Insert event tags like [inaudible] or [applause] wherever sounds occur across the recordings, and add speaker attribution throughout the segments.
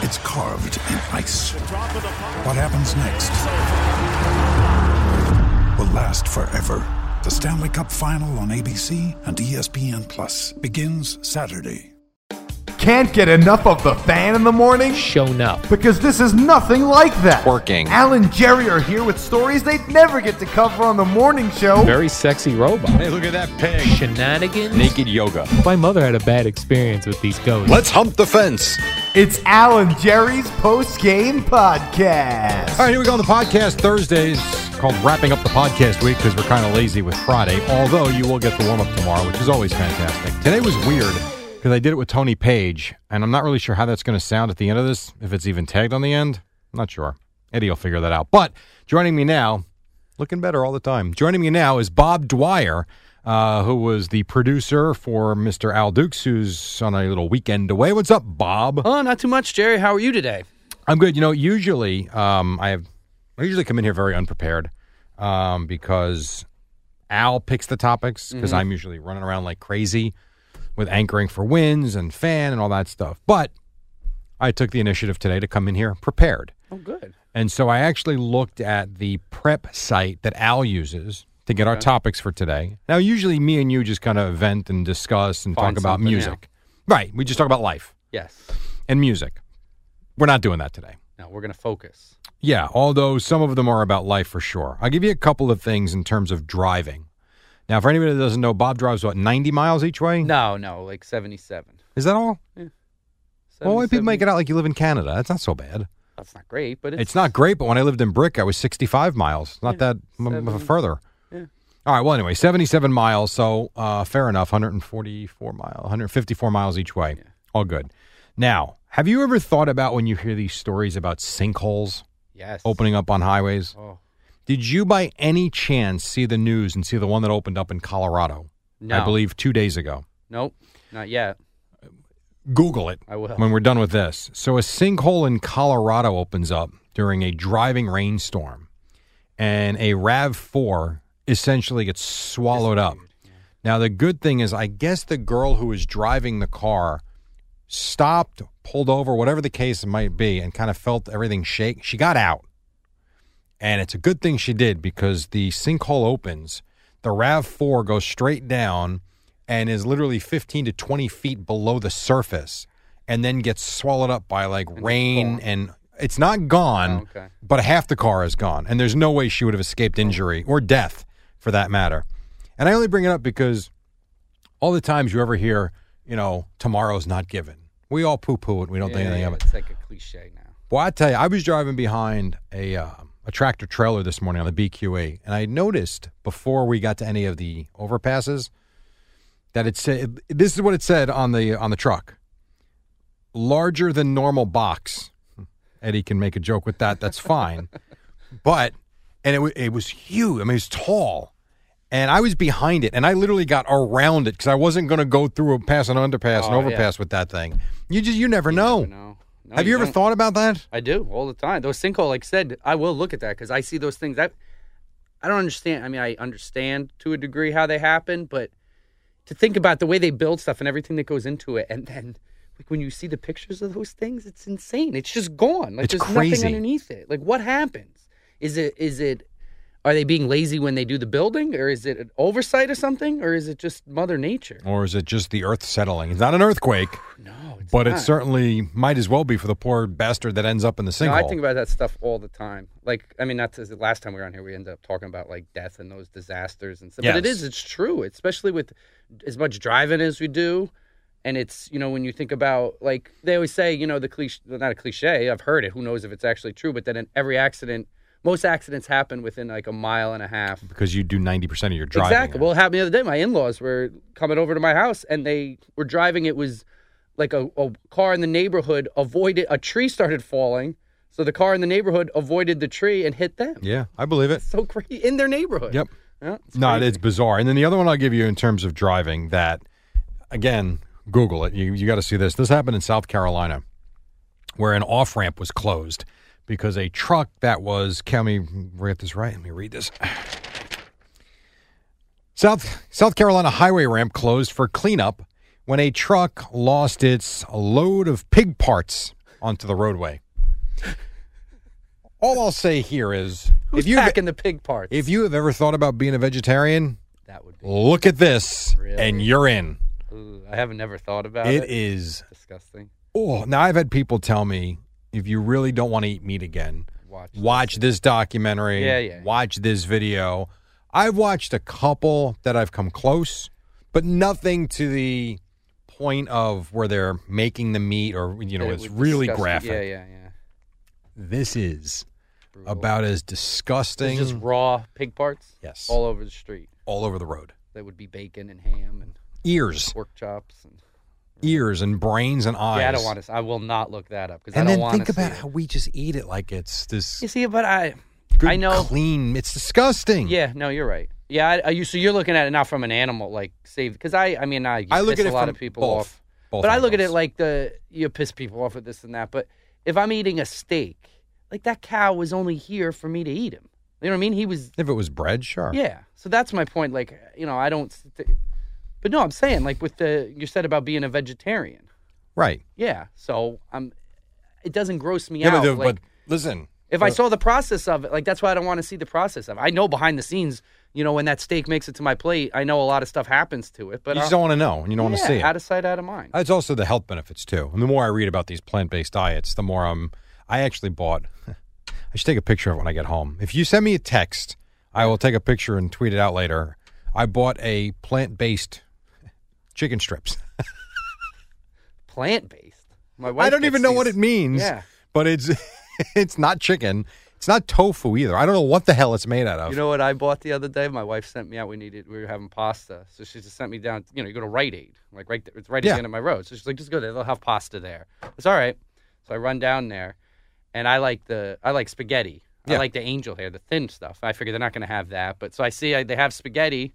Speaker 1: it's carved in ice. What happens next will last forever. The Stanley Cup Final on ABC and E ESPN Plus begins Saturday.
Speaker 2: Can't get enough of the fan in the morning?
Speaker 3: shown up.
Speaker 2: Because this is nothing like that.
Speaker 4: Working.
Speaker 2: Al and Jerry are here with stories they'd never get to cover on the morning show.
Speaker 3: Very sexy robot.
Speaker 4: Hey, look at that pig.
Speaker 3: Shenanigans.
Speaker 4: Naked yoga.
Speaker 3: My mother had a bad experience with these ghosts.
Speaker 4: Let's hump the fence.
Speaker 2: It's Al and Jerry's post game podcast.
Speaker 4: All right, here we go on the podcast Thursdays. Called wrapping up the podcast week because we're kind of lazy with Friday. Although you will get the warm up tomorrow, which is always fantastic. Today was weird because I did it with Tony Page, and I'm not really sure how that's going to sound at the end of this. If it's even tagged on the end, I'm not sure. Eddie will figure that out. But joining me now, looking better all the time. Joining me now is Bob Dwyer, uh, who was the producer for Mr. Al Dukes, who's on a little weekend away. What's up, Bob?
Speaker 5: Oh, not too much, Jerry. How are you today?
Speaker 4: I'm good. You know, usually um, I have I usually come in here very unprepared um, because Al picks the topics because
Speaker 5: Mm-hmm.
Speaker 4: I'm usually running around like crazy with anchoring for wins and fan and all that stuff. But I took the initiative today to come in here prepared.
Speaker 5: Oh, good.
Speaker 4: And so I actually looked at the prep site that Al uses to get our topics for today. Now, usually me and you just kind of vent and discuss and
Speaker 5: Find
Speaker 4: talk about
Speaker 5: something, yeah.
Speaker 4: music. Right. We just talk about life
Speaker 5: Yes.
Speaker 4: and music. We're not doing that today.
Speaker 5: Now we're going to focus.
Speaker 4: Yeah, although some of them are about life for sure. I'll give you a couple of things in terms of driving. Now, for anybody that doesn't know, Bob drives what ninety miles each way.
Speaker 5: No, no, like 77.
Speaker 4: Is that all? Well, why do people
Speaker 5: 77?
Speaker 4: make it out like you live in Canada? That's not so bad.
Speaker 5: That's not great, but
Speaker 4: It's,
Speaker 5: it's,
Speaker 4: not great, but when I lived in Brick, I was sixty-five miles. Not that m-
Speaker 5: seven-
Speaker 4: m- further. All right. Well, anyway, seventy-seven miles. So uh, fair enough. One hundred forty-four miles, one hundred fifty-four miles each way. All good. Now, have you ever thought about when you hear these stories about sinkholes
Speaker 5: Yes.
Speaker 4: opening up on highways?
Speaker 5: Oh,
Speaker 4: Did you by any chance see the news and see the one that opened up in Colorado?
Speaker 5: no.
Speaker 4: I believe two days ago.
Speaker 5: Nope. Not yet.
Speaker 4: Google it
Speaker 5: I will.
Speaker 4: when we're done with this. So, a sinkhole in Colorado opens up during a driving rainstorm, and a RAV4 essentially gets swallowed up. Now, the good thing is, I guess the girl who was driving the car stopped, pulled over, whatever the case might be, and kind of felt everything shake. She got out. And it's a good thing she did because the sinkhole opens, the RAV4 goes straight down and is literally 15 to 20 feet below the surface and then gets swallowed up by like rain. And it's not gone,
Speaker 5: Oh, okay. Oh.
Speaker 4: but half the car is gone. And there's no way she would have escaped injury or death for that matter. And I only bring it up because all the times you ever hear, you know, tomorrow's not given. We all poo poo it. We don't
Speaker 5: Yeah,
Speaker 4: think anything
Speaker 5: yeah,
Speaker 4: of it.
Speaker 5: It's like a cliche now.
Speaker 4: Well, I tell you, I was driving behind a uh, a tractor trailer this morning on the BQA, and I noticed before we got to any of the overpasses that it said this is what it said on the on the truck: larger than normal box. Hmm. Eddie can make a joke with that. That's fine, but and it wa- it was huge. I mean, it's tall. And I was behind it, and I literally got around it because I wasn't going to go through a pass and underpass and
Speaker 5: Oh, yeah.
Speaker 4: overpass with that thing. You just you never know.
Speaker 5: But no. No,
Speaker 4: Have you, ever
Speaker 5: don't.
Speaker 4: thought about that?
Speaker 5: I do all the time. Those sinkhole, like I said, I will look at that because I see those things. I, I don't understand. I mean, I understand to a degree how they happen, but to think about the way they build stuff and everything that goes into it, and then like when you see the pictures of those things, it's insane. It's just gone.
Speaker 4: It's
Speaker 5: Like there's
Speaker 4: crazy.
Speaker 5: nothing underneath it. Like what happens? Is it is it Are they being lazy when they do the building, or is it an oversight or something, or is it just Mother Nature?
Speaker 4: Or is it just the earth settling? It's not an earthquake,
Speaker 5: No, it's
Speaker 4: but
Speaker 5: not.
Speaker 4: it certainly might as well be for the poor bastard that ends up in the sinkhole.
Speaker 5: No, I think about that stuff all the time. Like, I mean, that's the last time we were on here, we ended up talking about like death and those disasters and stuff. But it
Speaker 4: Yes.
Speaker 5: is, it's true, especially with as much driving as we do. And it's, you know, when you think about like, they always say, you know, the cliche, well, not a cliche, I've heard it, who knows if it's actually true, but then in every accident, most accidents happen within like a mile and a half.
Speaker 4: because you do 90% of your driving.
Speaker 5: Exactly. Well, it happened the other day. My in laws were coming over to my house and they were driving. It was like a, a car in the neighborhood avoided, a tree started falling. So the car in the neighborhood avoided the tree and hit them.
Speaker 4: yeah, I believe it.
Speaker 5: So crazy. In their neighborhood.
Speaker 4: Yep.
Speaker 5: Yeah, it's
Speaker 4: No,
Speaker 5: crazy.
Speaker 4: it's bizarre. And then the other one I'll give you in terms of driving that, again, Google it. You, you got to see this. This happened in South Carolina where an off ramp was closed because a truck that was, can we get this right? Let me read this. South, South Carolina highway ramp closed for cleanup when a truck lost its load of pig parts onto the roadway. All I'll say here is
Speaker 5: Who's
Speaker 4: if you
Speaker 5: packing the pig parts?
Speaker 4: if you have ever thought about being a vegetarian,
Speaker 5: that would be.
Speaker 4: look at this and you're in.
Speaker 5: Ooh, I haven't never thought about it.
Speaker 4: It is.
Speaker 5: disgusting.
Speaker 4: Oh, now I've had people tell me if you really don't want to eat meat again,
Speaker 5: Watch.
Speaker 4: watch this documentary,
Speaker 5: Yeah, yeah.
Speaker 4: watch this video. I've watched a couple that I've come close, but nothing to the point of where they're making the meat or you know,
Speaker 5: It
Speaker 4: it's
Speaker 5: would
Speaker 4: really
Speaker 5: disgust-
Speaker 4: graphic.
Speaker 5: Yeah, yeah, yeah.
Speaker 4: This is
Speaker 5: Brutal.
Speaker 4: about as
Speaker 5: It's
Speaker 4: disgusting
Speaker 5: just raw pig parts.
Speaker 4: Yes.
Speaker 5: All over the street.
Speaker 4: all over the road.
Speaker 5: That would be bacon and ham and
Speaker 4: Ears,
Speaker 5: pork chops and
Speaker 4: ears and brains and eyes.
Speaker 5: Yeah, I don't want to. I will not look that up because I
Speaker 4: and
Speaker 5: don't
Speaker 4: then
Speaker 5: want
Speaker 4: think
Speaker 5: to.
Speaker 4: about
Speaker 5: see
Speaker 4: how
Speaker 5: it.
Speaker 4: we just eat it like it's this
Speaker 5: you see, but I,
Speaker 4: good,
Speaker 5: I know.
Speaker 4: clean. It's disgusting.
Speaker 5: Yeah, no, you're right. Yeah, I, I, you. So you're looking at it not from an animal like save because I, I mean, I,
Speaker 4: I look
Speaker 5: piss
Speaker 4: at it
Speaker 5: a lot
Speaker 4: from
Speaker 5: of people
Speaker 4: both-
Speaker 5: off,
Speaker 4: both
Speaker 5: but I look at it
Speaker 4: angles.
Speaker 5: like the you piss people off with this and that. But if I'm eating a steak, like that cow was only here for me to eat him. You know what I mean? He was
Speaker 4: if it was bread, sure.
Speaker 5: Yeah. So that's my point. Like, you know, I don't. th- But no, I'm saying like with the you said about being a vegetarian.
Speaker 4: right.
Speaker 5: Yeah. So I'm. It doesn't gross me
Speaker 4: Yeah,
Speaker 5: out.
Speaker 4: but, the-
Speaker 5: like,
Speaker 4: but listen,
Speaker 5: If I saw the process of it, like that's why I don't want to see the process of it. I know behind the scenes, you know, when that steak makes it to my plate, I know a lot of stuff happens to it. But
Speaker 4: you
Speaker 5: I
Speaker 4: just don't want to know and you don't want to see it.
Speaker 5: Out of sight, out of mind.
Speaker 4: It's also the health benefits too. And the more I read about these plant-based diets, the more I'm. I actually bought. [laughs] I should take a picture of it when I get home. If you send me a text, I will take a picture and tweet it out later. I bought a plant-based [laughs] chicken strips.
Speaker 5: Plant based. My wife.
Speaker 4: I don't
Speaker 5: gets
Speaker 4: even know what
Speaker 5: these-
Speaker 4: it means.
Speaker 5: Yeah.
Speaker 4: But it's [laughs] it's not chicken. It's not tofu either. I don't know what the hell it's made out of.
Speaker 5: You know what I bought the other day? My wife sent me out. We needed. We were having pasta, so she just sent me down. You know, you go to Rite Aid, like right. There, it's right at
Speaker 4: Yeah.
Speaker 5: the end of my road. So she's like, just go there. They'll have pasta there. It's all right. So I run down there, and I like the I like spaghetti. I
Speaker 4: Yeah.
Speaker 5: like the angel hair, the thin stuff. I figure they're not going to have that, but so I see I, they have spaghetti,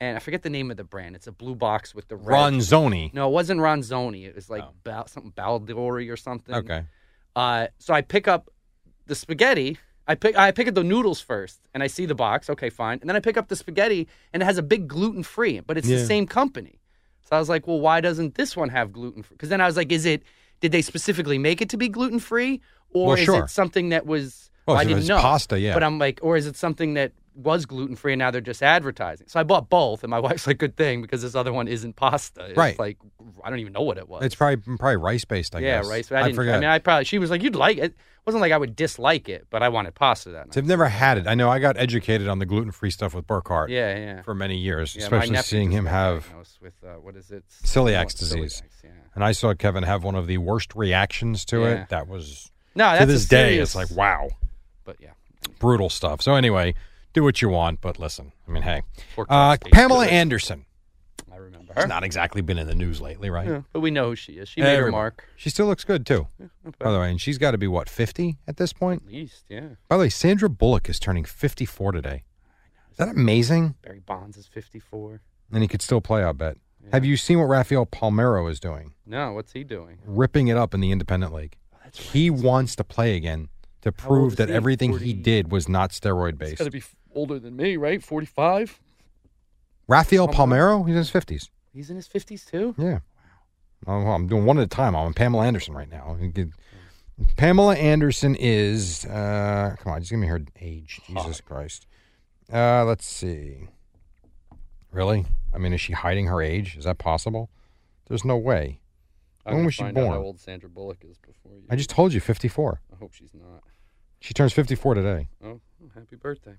Speaker 5: and I forget the name of the brand. It's a blue box with the red.
Speaker 4: Ronzoni.
Speaker 5: No, it wasn't Ronzoni. It was like Bal- something Baldori or something.
Speaker 4: Oh. Okay.
Speaker 5: Uh, so I pick up the spaghetti. I pick I pick up the noodles first, and I see the box. Okay, fine. And then I pick up the spaghetti, and it has a big gluten free, but it's the
Speaker 4: Yeah.
Speaker 5: same company. So I was like, well, why doesn't this one have gluten free? Because then I was like, is it? Did they specifically make it to be gluten free, or
Speaker 4: Well,
Speaker 5: is
Speaker 4: sure.
Speaker 5: it something that was?
Speaker 4: Well,
Speaker 5: I
Speaker 4: if it
Speaker 5: didn't
Speaker 4: was
Speaker 5: know
Speaker 4: pasta, yeah.
Speaker 5: But I'm like, or is it something that was gluten free and now they're just advertising? So I bought both, and my [laughs] wife's like, good thing because this other one isn't pasta. It's
Speaker 4: Right.
Speaker 5: Like I don't even know what it was
Speaker 4: It's probably probably rice based. I
Speaker 5: yeah,
Speaker 4: guess.
Speaker 5: rice. I, didn't,
Speaker 4: forget.
Speaker 5: I mean, I probably she was like, "You'd like it." it." Wasn't like I would dislike it, but I wanted pasta that night.
Speaker 4: have never had it. I know I got educated on the gluten free stuff with Burkhart
Speaker 5: Yeah, yeah.
Speaker 4: for many years,
Speaker 5: yeah, my
Speaker 4: especially
Speaker 5: nephew
Speaker 4: seeing
Speaker 5: just
Speaker 4: him
Speaker 5: got
Speaker 4: have.
Speaker 5: diagnosed with uh, what is it?
Speaker 4: celiac
Speaker 5: Somewhat
Speaker 4: disease.
Speaker 5: celiac, yeah.
Speaker 4: And I saw Kevin have one of the worst reactions to
Speaker 5: Yeah.
Speaker 4: it. That was
Speaker 5: No, that's
Speaker 4: to
Speaker 5: a
Speaker 4: this day. It's like
Speaker 5: serious-
Speaker 4: wow,
Speaker 5: But yeah,
Speaker 4: brutal stuff. So anyway, do what you want, but listen. I mean, hey,
Speaker 5: Pork
Speaker 4: uh,
Speaker 5: chops taste
Speaker 4: Pamela
Speaker 5: good.
Speaker 4: Anderson.
Speaker 5: I remember
Speaker 4: She's
Speaker 5: her.
Speaker 4: not exactly been in the news lately, right?
Speaker 5: Yeah, but we know who she is. She made her
Speaker 4: Everyone.
Speaker 5: mark.
Speaker 4: She still looks good too. [laughs] By the way, and she's got to be what fifty at this point.
Speaker 5: At least, yeah.
Speaker 4: By the way, Sandra Bullock is turning fifty-four today. Is that amazing?
Speaker 5: Barry Bonds is fifty-four.
Speaker 4: And he could still play. I bet. Have you seen what Rafael Palmero is doing?
Speaker 5: No, what's he doing?
Speaker 4: Ripping it up in the independent league.
Speaker 5: That's
Speaker 4: He wants to play again to
Speaker 5: How old
Speaker 4: prove
Speaker 5: is
Speaker 4: that
Speaker 5: he?
Speaker 4: everything he
Speaker 5: 40?
Speaker 4: did was not steroid
Speaker 5: He's
Speaker 4: based.
Speaker 5: got to be f- older than me, right? Forty-five.
Speaker 4: Rafael
Speaker 5: Palmeiro?
Speaker 4: Palmero, he's in his fifties.
Speaker 5: He's in his fifties too.
Speaker 4: Yeah. Oh, well, I'm doing one at a time. I'm on Pamela Anderson right now. You could- Pamela Anderson is. Uh, come on, just give me her age. Jesus Christ. Uh, let's see. Really? I mean, is she hiding her age? Is that possible? There's no way.
Speaker 5: I'm
Speaker 4: When
Speaker 5: gonna
Speaker 4: was she
Speaker 5: find out
Speaker 4: born?
Speaker 5: How old Sandra Bullock is before you?
Speaker 4: I just told you, 54.
Speaker 5: I hope she's not.
Speaker 4: She turns 54 today.
Speaker 5: Oh, well, happy birthday.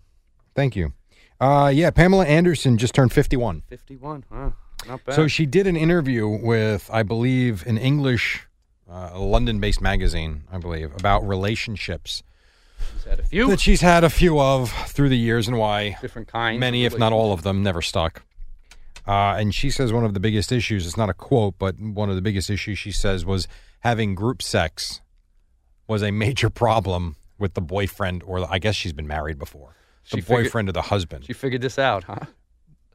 Speaker 4: Thank you. Uh, yeah, Pamela Anderson just turned 51.
Speaker 5: 51, huh? Not bad.
Speaker 4: So she did an interview with, I believe, an English, uh, London based magazine, I believe, about relationships
Speaker 5: she's had a few
Speaker 4: that she's had a few of through the years and why
Speaker 5: different kinds.
Speaker 4: many, if not all of them, never stuck. Uh, and she says one of the biggest issues, it's not a quote, but one of the biggest issues she says was having group sex was a major [laughs] problem with the boyfriend, or I guess she's been married before, the
Speaker 5: She figured-
Speaker 4: boyfriend or the husband.
Speaker 5: She figured this out, huh?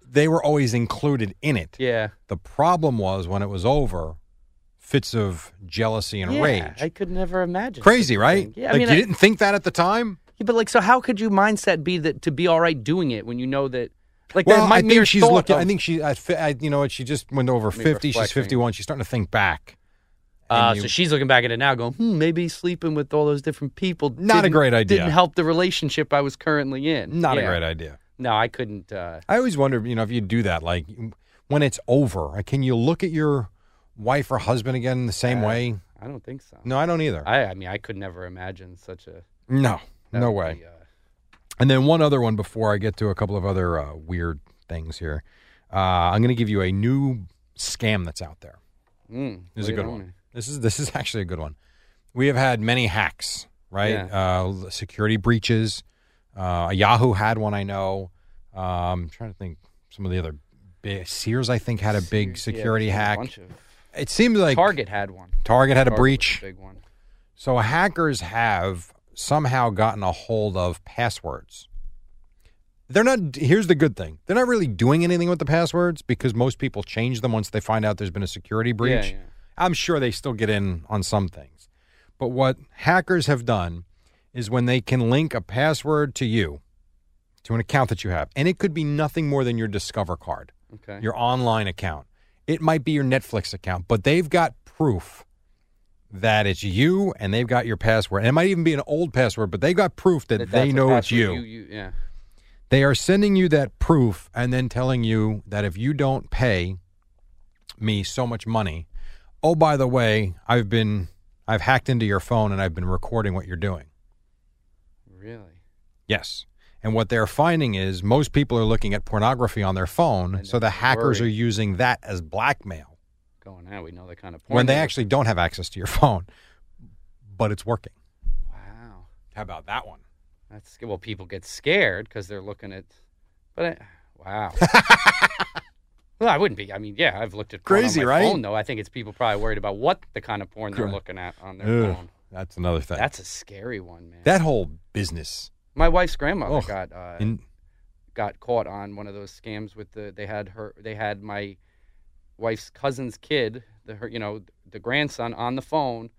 Speaker 4: they were always included in it.
Speaker 5: Yeah.
Speaker 4: The problem was when it was over, fits of jealousy and
Speaker 5: yeah,
Speaker 4: rage.
Speaker 5: I could never imagine.
Speaker 4: Crazy,
Speaker 5: such a
Speaker 4: right?
Speaker 5: thing. Yeah,
Speaker 4: like
Speaker 5: I mean,
Speaker 4: you
Speaker 5: I-
Speaker 4: didn't think that at the time.
Speaker 5: Yeah, but like, so how could your mindset be that to be all right doing it when you know that? Like,
Speaker 4: well,
Speaker 5: that my
Speaker 4: I
Speaker 5: mere
Speaker 4: think she's
Speaker 5: thought
Speaker 4: looking.
Speaker 5: of-
Speaker 4: I think she, I, fi- I, you know, what? She just went over
Speaker 5: Maybe
Speaker 4: fifty. She's
Speaker 5: reflecting.
Speaker 4: fifty-one. She's starting to think back.
Speaker 5: Uh,
Speaker 4: and you-
Speaker 5: so she's looking back at it now, going, "Hmm, maybe sleeping with all those different people
Speaker 4: Not a
Speaker 5: didn't-
Speaker 4: great idea.
Speaker 5: Didn't help the relationship I was currently in.
Speaker 4: Not a
Speaker 5: Yeah.
Speaker 4: great idea.
Speaker 5: No, I couldn't. Uh,
Speaker 4: I always wonder, you know, if you do that, like when it's over, like, can you look at your wife or husband again the same way?
Speaker 5: I don't think so.
Speaker 4: No, I don't either.
Speaker 5: Uh, I, I mean, I could never imagine such a.
Speaker 4: no,
Speaker 5: that
Speaker 4: no
Speaker 5: would
Speaker 4: way.
Speaker 5: be, uh,
Speaker 4: And then one other one before I get to a couple of other uh, weird things here. Uh, I'm going to give you a new scam that's out there.
Speaker 5: mm,
Speaker 4: This is a
Speaker 5: lay it
Speaker 4: good
Speaker 5: on me.
Speaker 4: one. This is this is [laughs] actually a good one. We have had many hacks, right? Uh, security breaches. Uh, Yahoo had one, I know. Um, I'm trying to think some of the other. Big, Sears, I think, had a big
Speaker 5: Seriously, yeah,
Speaker 4: security
Speaker 5: there's a
Speaker 4: hack.
Speaker 5: bunch of-
Speaker 4: It seems like
Speaker 5: Target had one.
Speaker 4: Target had a
Speaker 5: Target was
Speaker 4: breach.
Speaker 5: big one.
Speaker 4: So hackers have somehow gotten a hold of passwords. They're not here's the good thing. They're not really doing anything with the passwords because most people change them once they find out there's been a security breach.
Speaker 5: yeah.
Speaker 4: I'm sure they still get in on some things. But what hackers have done is when they can link a password to you, to an account that you have, and it could be nothing more than your Discover card
Speaker 5: Okay.
Speaker 4: your online account. It might be your Netflix account, but they've got proof that it's you and they've got your password. And it might even be an old password, but they've got proof that,
Speaker 5: That
Speaker 4: they
Speaker 5: that's a
Speaker 4: know it's
Speaker 5: password
Speaker 4: you.
Speaker 5: Yeah.
Speaker 4: They are sending you that proof and then telling you that if you don't pay me so much money, oh by the way, I've been I've hacked into your phone and I've been recording what you're doing.
Speaker 5: Really.
Speaker 4: Yes. And what they're finding is most people are looking at pornography on their phone,
Speaker 5: And
Speaker 4: so the
Speaker 5: they're
Speaker 4: hackers
Speaker 5: worried.
Speaker 4: are using that as blackmail.
Speaker 5: Going out, we know that kind of.
Speaker 4: when
Speaker 5: porn
Speaker 4: they
Speaker 5: is.
Speaker 4: actually don't have access to your [laughs] phone, but it's working.
Speaker 5: Wow.
Speaker 4: How about that one?
Speaker 5: That's sc- well, people get scared because they're looking at, but I,
Speaker 4: [laughs]
Speaker 5: wow. well, I wouldn't be. I mean, yeah, I've looked at porn on
Speaker 4: Crazy,
Speaker 5: my
Speaker 4: right?
Speaker 5: Phone though, I think it's people probably worried about what the kind of porn they're
Speaker 4: Correct.
Speaker 5: looking at on their
Speaker 4: Ugh,
Speaker 5: phone.
Speaker 4: that's another thing.
Speaker 5: That's a scary one, man.
Speaker 4: that whole business.
Speaker 5: my wife's grandmother
Speaker 4: Ugh.
Speaker 5: got uh,
Speaker 4: in,
Speaker 5: got caught on one of those scams with the. They had her. They had my wife's cousin's kid, the her, you know, the grandson on the phone.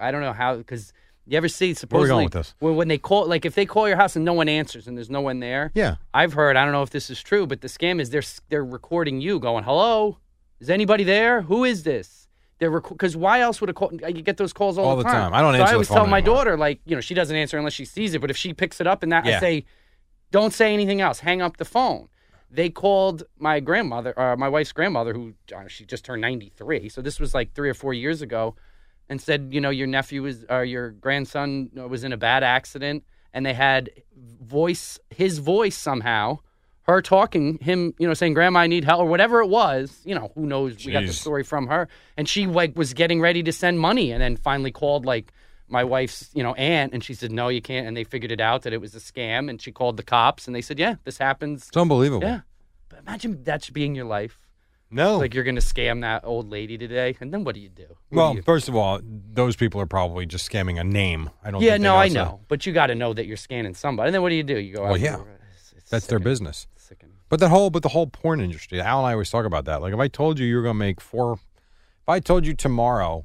Speaker 5: I don't know how because. You ever see
Speaker 4: Where are we
Speaker 5: supposedly
Speaker 4: going with this?
Speaker 5: when when they call like if they call your house and no one answers and there's no one there,
Speaker 4: yeah,
Speaker 5: I've heard. I don't know if this is true, but the scam is they're they're recording you going, "Hello, is anybody there? Who is this?" They're because why else would a call? You get those calls all,
Speaker 4: All the time. I don't
Speaker 5: so
Speaker 4: answer
Speaker 5: I
Speaker 4: the
Speaker 5: always
Speaker 4: phone
Speaker 5: tell my
Speaker 4: anymore.
Speaker 5: daughter, like you know, she doesn't answer unless she sees it. But if she picks it up and that,
Speaker 4: Yeah.
Speaker 5: I say, "Don't say anything else. Hang up the phone." They called my grandmother, uh, my wife's grandmother, who uh, she just turned ninety three. So this was like three or four years ago and said, you know, your nephew was or your grandson uh, was in a bad accident, and they had voice his voice somehow, her talking him, you know, saying, "Grandma, I need help," or whatever it was. You know, who knows? We got the
Speaker 4: Jeez.
Speaker 5: story from her, and she like was getting ready to send money, and then finally called like my wife's, you know, aunt, and she said, "No, you can't." And they figured it out that it was a scam, and she called the cops, and they said, "Yeah, this happens."
Speaker 4: it's unbelievable.
Speaker 5: Yeah, but imagine that being your life.
Speaker 4: No.
Speaker 5: Like you're gonna scam that old lady today, and then Oh. what do you do? What do
Speaker 4: well,
Speaker 5: you-
Speaker 4: first of all, those people are probably just scamming a name. I don't.
Speaker 5: Yeah,
Speaker 4: think they
Speaker 5: no, I
Speaker 4: so-
Speaker 5: know, but you got to know that you're scanning somebody. And then what do you do? You go.
Speaker 4: Well,
Speaker 5: out
Speaker 4: yeah.
Speaker 5: there, it's- it's
Speaker 4: That's their
Speaker 5: sickening.
Speaker 4: business.
Speaker 5: It's sickening.
Speaker 4: But that whole, but the whole porn industry. Al and I always talk about that. Like, if I told you you were going to make four, if I told you tomorrow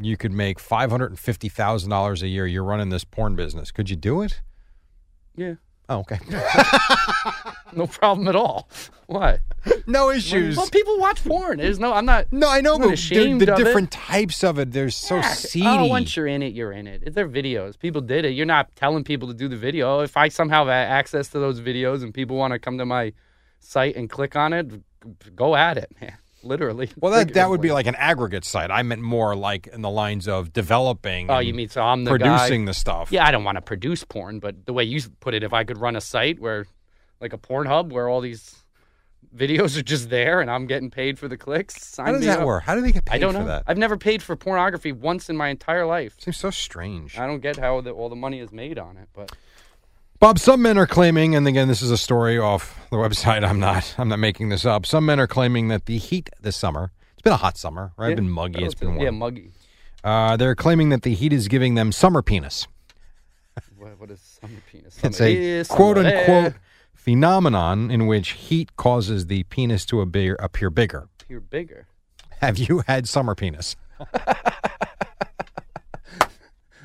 Speaker 4: you could make five hundred and fifty thousand dollars a year, you're running this porn business. Could you do it?
Speaker 5: Yeah,
Speaker 4: Oh, okay. [laughs]
Speaker 5: No problem at all. [laughs] What?
Speaker 4: no issues.
Speaker 5: Well, people watch porn. There's no. I'm not.
Speaker 4: No, I know,
Speaker 5: I'm not
Speaker 4: but the,
Speaker 5: ashamed
Speaker 4: the
Speaker 5: of it.
Speaker 4: different types of it, they're so
Speaker 5: Yeah.
Speaker 4: seedy.
Speaker 5: Oh, once you're in it, you're in it. They're videos. People did it. You're not telling people to do the video. If I somehow have access to those videos and people want to come to my site and click on it, go at it, man. [laughs] Literally.
Speaker 4: well, that, that would be
Speaker 5: figuratively.
Speaker 4: like an aggregate site. I meant more like in the lines of developing.
Speaker 5: Oh,
Speaker 4: and
Speaker 5: you mean so I'm the guy.
Speaker 4: producing the stuff.
Speaker 5: Yeah, I don't want to produce porn, but the way you put it, if I could run a site where, like a porn hub, where all these videos are just there and I'm getting paid for the clicks, sign
Speaker 4: How does
Speaker 5: me
Speaker 4: that
Speaker 5: up.
Speaker 4: work? How do they get paid
Speaker 5: I don't
Speaker 4: for
Speaker 5: know.
Speaker 4: that?
Speaker 5: I've never paid for pornography once in my entire life.
Speaker 4: Seems so strange.
Speaker 5: I don't get how the, all the money is made on it, but
Speaker 4: Bob, some men are claiming, and again, this is a story off the website. [laughs] I'm not, I'm not making this up. Some men are claiming that the heat this summer. It's been a hot summer, right?
Speaker 5: Yeah.
Speaker 4: It's been muggy. It's been warm.
Speaker 5: yeah, muggy.
Speaker 4: uh, they're claiming that the heat is giving them summer penis.
Speaker 5: What, what is summer penis?
Speaker 4: It's
Speaker 5: Summer
Speaker 4: a
Speaker 5: here, summer
Speaker 4: quote
Speaker 5: there.
Speaker 4: unquote phenomenon in which heat causes the penis to appear, appear bigger.
Speaker 5: You're bigger.
Speaker 4: Have you had summer penis? [laughs]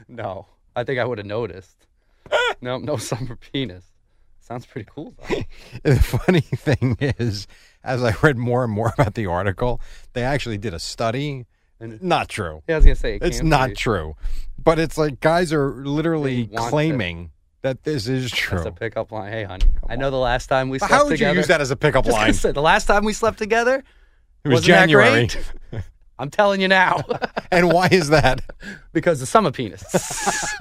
Speaker 5: No, I think I would have noticed.
Speaker 4: [laughs]
Speaker 5: no, no summer penis. Sounds pretty cool. Though.
Speaker 4: The funny thing is, as I read more and more about the article, they actually did a study.
Speaker 5: And-
Speaker 4: Not true.
Speaker 5: Yeah, I was gonna say it
Speaker 4: It's
Speaker 5: can't
Speaker 4: not
Speaker 5: be.
Speaker 4: true. But it's like guys are literally
Speaker 5: They want it.
Speaker 4: claiming that this is true.
Speaker 5: That's a pickup line. Hey, honey, I know the last time we
Speaker 4: But
Speaker 5: slept
Speaker 4: How would
Speaker 5: together.
Speaker 4: you use that as a pickup
Speaker 5: Just gonna
Speaker 4: line?
Speaker 5: say, the last time we slept together,
Speaker 4: It was
Speaker 5: wasn't that
Speaker 4: January.
Speaker 5: great? [laughs] I'm telling you now, [laughs]
Speaker 4: and why is [laughs] that?
Speaker 5: because the summer penis. [laughs]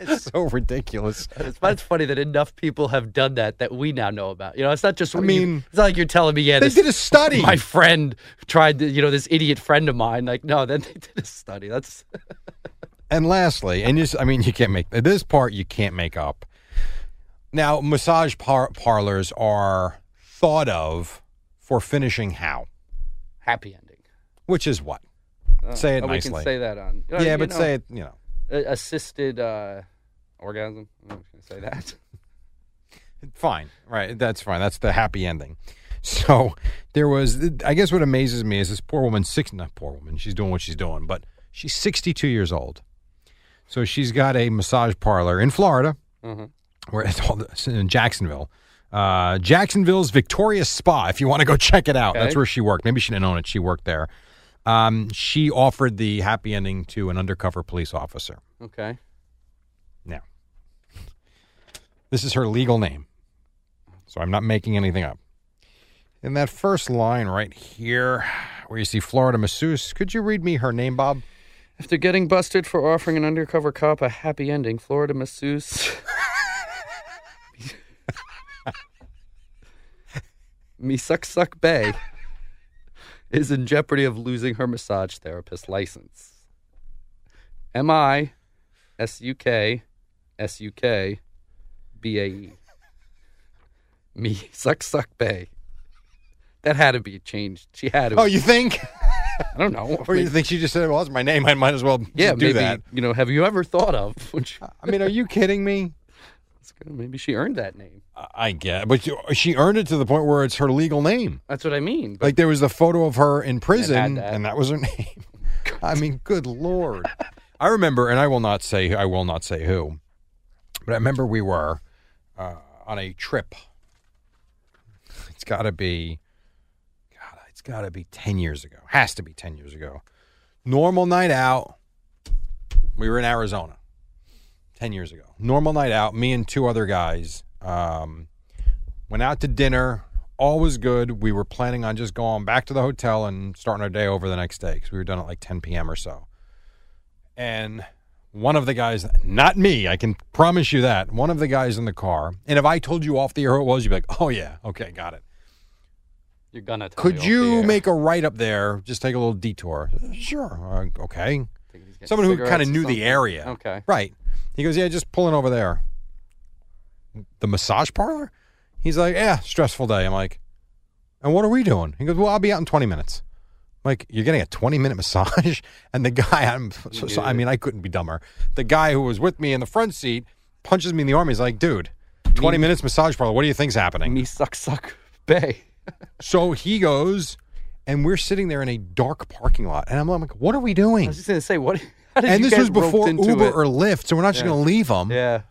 Speaker 4: It's so ridiculous.
Speaker 5: it's, but it's funny that enough people have done that that we now know about. You know, it's not just.
Speaker 4: I
Speaker 5: you-
Speaker 4: mean,
Speaker 5: it's not like you're telling me, yeah,
Speaker 4: They
Speaker 5: this,
Speaker 4: did a study.
Speaker 5: my friend tried to, you know, this idiot friend of mine. Like, no, [laughs] then they did a study. That's
Speaker 4: And lastly, and just I mean, [laughs] you can't make this part. You can't make up. Now, massage par- parlors are thought of for finishing how,
Speaker 5: happy ending.
Speaker 4: which is what? Say it
Speaker 5: Oh,
Speaker 4: nicely.
Speaker 5: We can say that on. uh,
Speaker 4: yeah,
Speaker 5: you
Speaker 4: but
Speaker 5: know,
Speaker 4: say it. You know,
Speaker 5: a- assisted uh, orgasm. I'm not gonna say that. [laughs]
Speaker 4: fine. Right. That's fine. That's the happy ending. So there was. I guess what amazes me is this poor woman. Six. Not poor woman. She's doing what she's doing, but she's 62 years old. So she's got a massage parlor in Florida.
Speaker 5: Uh-huh.
Speaker 4: where it's all this in Jacksonville. Uh, Jacksonville's Victoria Spa. If you want to go check it out, that's
Speaker 5: Okay.
Speaker 4: where she worked. Maybe she didn't own it. She worked there. Um, she offered the happy ending to an undercover police officer.
Speaker 5: Okay.
Speaker 4: Now, this is her legal name, so I'm not making anything up. In that first line right here, where you see Florida masseuse, could you read me her name, Bob?
Speaker 5: After getting busted for offering an undercover cop a happy ending, Florida masseuse. [laughs] Me Suck Suck Bay is in jeopardy of losing her massage therapist license. M I S U K S U K B A E. Me Suck Suck Bay. That had to be changed. She had to.
Speaker 4: Oh, you [laughs] think?
Speaker 5: I don't know.
Speaker 4: Or you think she just said, "Well, it's my name. I might as well
Speaker 5: yeah,
Speaker 4: do
Speaker 5: maybe
Speaker 4: that."
Speaker 5: you know. Have you ever thought of? [laughs] Which
Speaker 4: I mean, are you kidding me?
Speaker 5: that's good. Maybe she earned that name.
Speaker 4: I get, but you- she earned it to the point where it's her legal name.
Speaker 5: That's what I mean. But
Speaker 4: Like there was the photo of her in prison,
Speaker 5: that.
Speaker 4: and that was her [laughs] name. I mean, good
Speaker 5: [laughs]
Speaker 4: lord! I remember, and I will not say, I will not say who, but I remember we were uh, on a trip. It's got to be, God, it's got to be ten years ago. Has to be ten years ago. Normal night out. We were in Arizona. 10 years ago. Normal night out, me and two other guys um, went out to dinner. All was good. We were planning on just going back to the hotel and starting our day over the next day because we were done at like 10 p.m. or so. And one of the guys, not me, I can promise you that, one of the guys in the car, and if I told you off the air who it was, you'd be like, oh, yeah, okay, got it.
Speaker 5: you're gonna. Tell me
Speaker 4: Could
Speaker 5: off the
Speaker 4: you
Speaker 5: air.
Speaker 4: make a right up there? Just take a little detour. Sure. Uh, okay.
Speaker 5: Think he's getting
Speaker 4: Someone who
Speaker 5: cigarettes
Speaker 4: kind
Speaker 5: or
Speaker 4: of knew the
Speaker 5: something?
Speaker 4: area.
Speaker 5: Okay. [laughs]
Speaker 4: Right. He goes, Yeah, just pulling over there. The massage parlor? He's like, Yeah, stressful day. I'm like, And what are we doing? He goes, Well, I'll be out in 20 minutes. I'm like, You're getting a 20 minute massage? [laughs] And the guy, I'm, so, so- I mean, I couldn't be dumber. The guy who was with me in the front seat punches me in the arm. He's like, Dude, 20 minutes massage parlor. What do you think's happening?
Speaker 5: Me suck suck bay.
Speaker 4: So he goes, and we're sitting there in a dark parking lot. And I'm, I'm like, What are we doing?
Speaker 5: I was just gonna say what. [laughs] How did
Speaker 4: and
Speaker 5: you
Speaker 4: this
Speaker 5: get
Speaker 4: was
Speaker 5: roped
Speaker 4: before
Speaker 5: into
Speaker 4: Uber
Speaker 5: it?
Speaker 4: or Lyft, so we're not just
Speaker 5: Yeah.
Speaker 4: going to leave them.
Speaker 5: Yeah.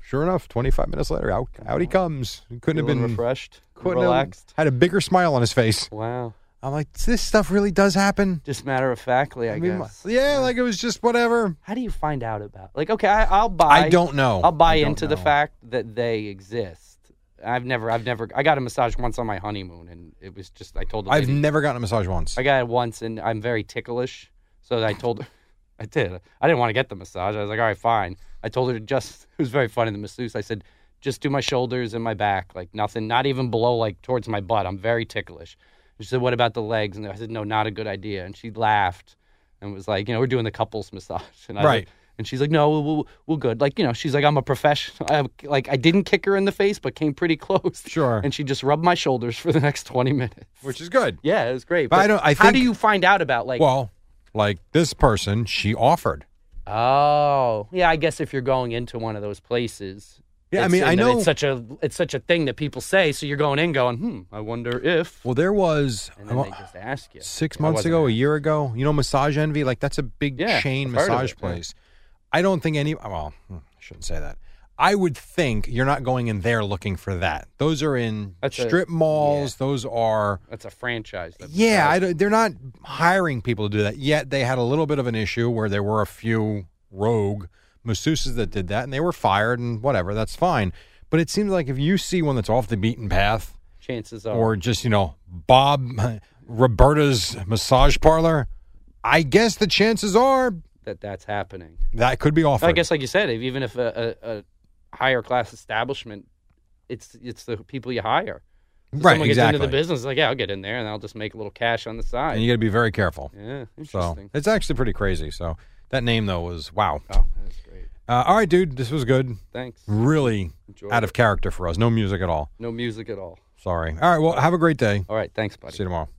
Speaker 4: sure enough, 25 minutes later, out, out he comes. He couldn't
Speaker 5: Feeling
Speaker 4: have been
Speaker 5: refreshed,
Speaker 4: couldn't have-
Speaker 5: relaxed.
Speaker 4: had a bigger smile on his face.
Speaker 5: Wow.
Speaker 4: I'm like, this stuff really does happen.
Speaker 5: Just matter of factly, I,
Speaker 4: mean,
Speaker 5: guess.
Speaker 4: yeah, like it was just whatever.
Speaker 5: How do you find out about? Like, okay, I, I'll buy.
Speaker 4: I, don't know.
Speaker 5: I'll buy
Speaker 4: I don't
Speaker 5: into the
Speaker 4: know.
Speaker 5: fact that they exist. I've never, I've never, I got a massage once on my honeymoon, and it was just, I told the
Speaker 4: I've
Speaker 5: lady-
Speaker 4: never gotten a massage once.
Speaker 5: I got it once, and I'm very ticklish, so I told, her, [laughs] I did, I didn't want to get the massage. I was like, all right, fine. I told her to just, [laughs] it was very funny. The masseuse, I said, just do my shoulders and my back, like nothing, not even below, like towards my butt. I'm very ticklish. She said, what about the legs? And I said, no, not a good idea. And she laughed and was like, you know, we're doing the couples massage, [laughs] and I.
Speaker 4: Right.
Speaker 5: and she's like, no, we're, we're, we're good. Like, you know, she's like, I'm a professional. I, like, I didn't kick her in the face, but came pretty [laughs] close.
Speaker 4: Sure.
Speaker 5: And she just rubbed my shoulders for the next 20 minutes.
Speaker 4: which is good.
Speaker 5: Yeah, it was great.
Speaker 4: But I don't- I
Speaker 5: how do
Speaker 4: think-
Speaker 5: you find out about like?
Speaker 4: well, like this person, she offered.
Speaker 5: oh, yeah. I guess if you're going into one of those places,
Speaker 4: Yeah, I
Speaker 5: it's-
Speaker 4: mean, I
Speaker 5: and
Speaker 4: know.
Speaker 5: it's such a it's such a thing that people say. So you're going in, going, hmm. I wonder if.
Speaker 4: well, there was
Speaker 5: And
Speaker 4: I
Speaker 5: then
Speaker 4: wa-
Speaker 5: they just ask you.
Speaker 4: six
Speaker 5: I
Speaker 4: months
Speaker 5: wasn't
Speaker 4: ago, a
Speaker 5: there.
Speaker 4: year ago. You know, Massage Envy, like that's a big
Speaker 5: Yeah,
Speaker 4: chain
Speaker 5: I've heard of
Speaker 4: massage
Speaker 5: it, yeah.
Speaker 4: place. I don't think any. Well, hmm, I shouldn't say that. I would think you're not going in there looking for that. Those are in
Speaker 5: That's a-
Speaker 4: strip malls. Those are.
Speaker 5: That's a franchise. that-
Speaker 4: Yeah, I don't- they're not hiring people to do that. Yet they had a little bit of an issue where there were a few rogue masseuses that did that, and they were fired and whatever. That's fine. But it seems like if you see one that's off the beaten path,
Speaker 5: chances are.
Speaker 4: or just you know Bob Roberta's massage parlor, I guess the chances are
Speaker 5: that that's happening.
Speaker 4: that could be offered.
Speaker 5: I guess, like you said, if, even if a, a, a higher class establishment, it's it's the people you hire. So
Speaker 4: right, exactly.
Speaker 5: someone gets into the business, like, yeah, I'll get in there and I'll just make a little cash on the side.
Speaker 4: and you got to be very careful.
Speaker 5: yeah,
Speaker 4: So
Speaker 5: interesting.
Speaker 4: it's actually pretty crazy. So that name though was wow.
Speaker 5: Oh, that's great.
Speaker 4: Uh, all right, dude, this was good.
Speaker 5: Thanks.
Speaker 4: Really
Speaker 5: Enjoyed
Speaker 4: out of
Speaker 5: it.
Speaker 4: character for us. No music at all.
Speaker 5: no music at all.
Speaker 4: Sorry. All right. Well, have a great day.
Speaker 5: All right, thanks, buddy.
Speaker 4: See you tomorrow.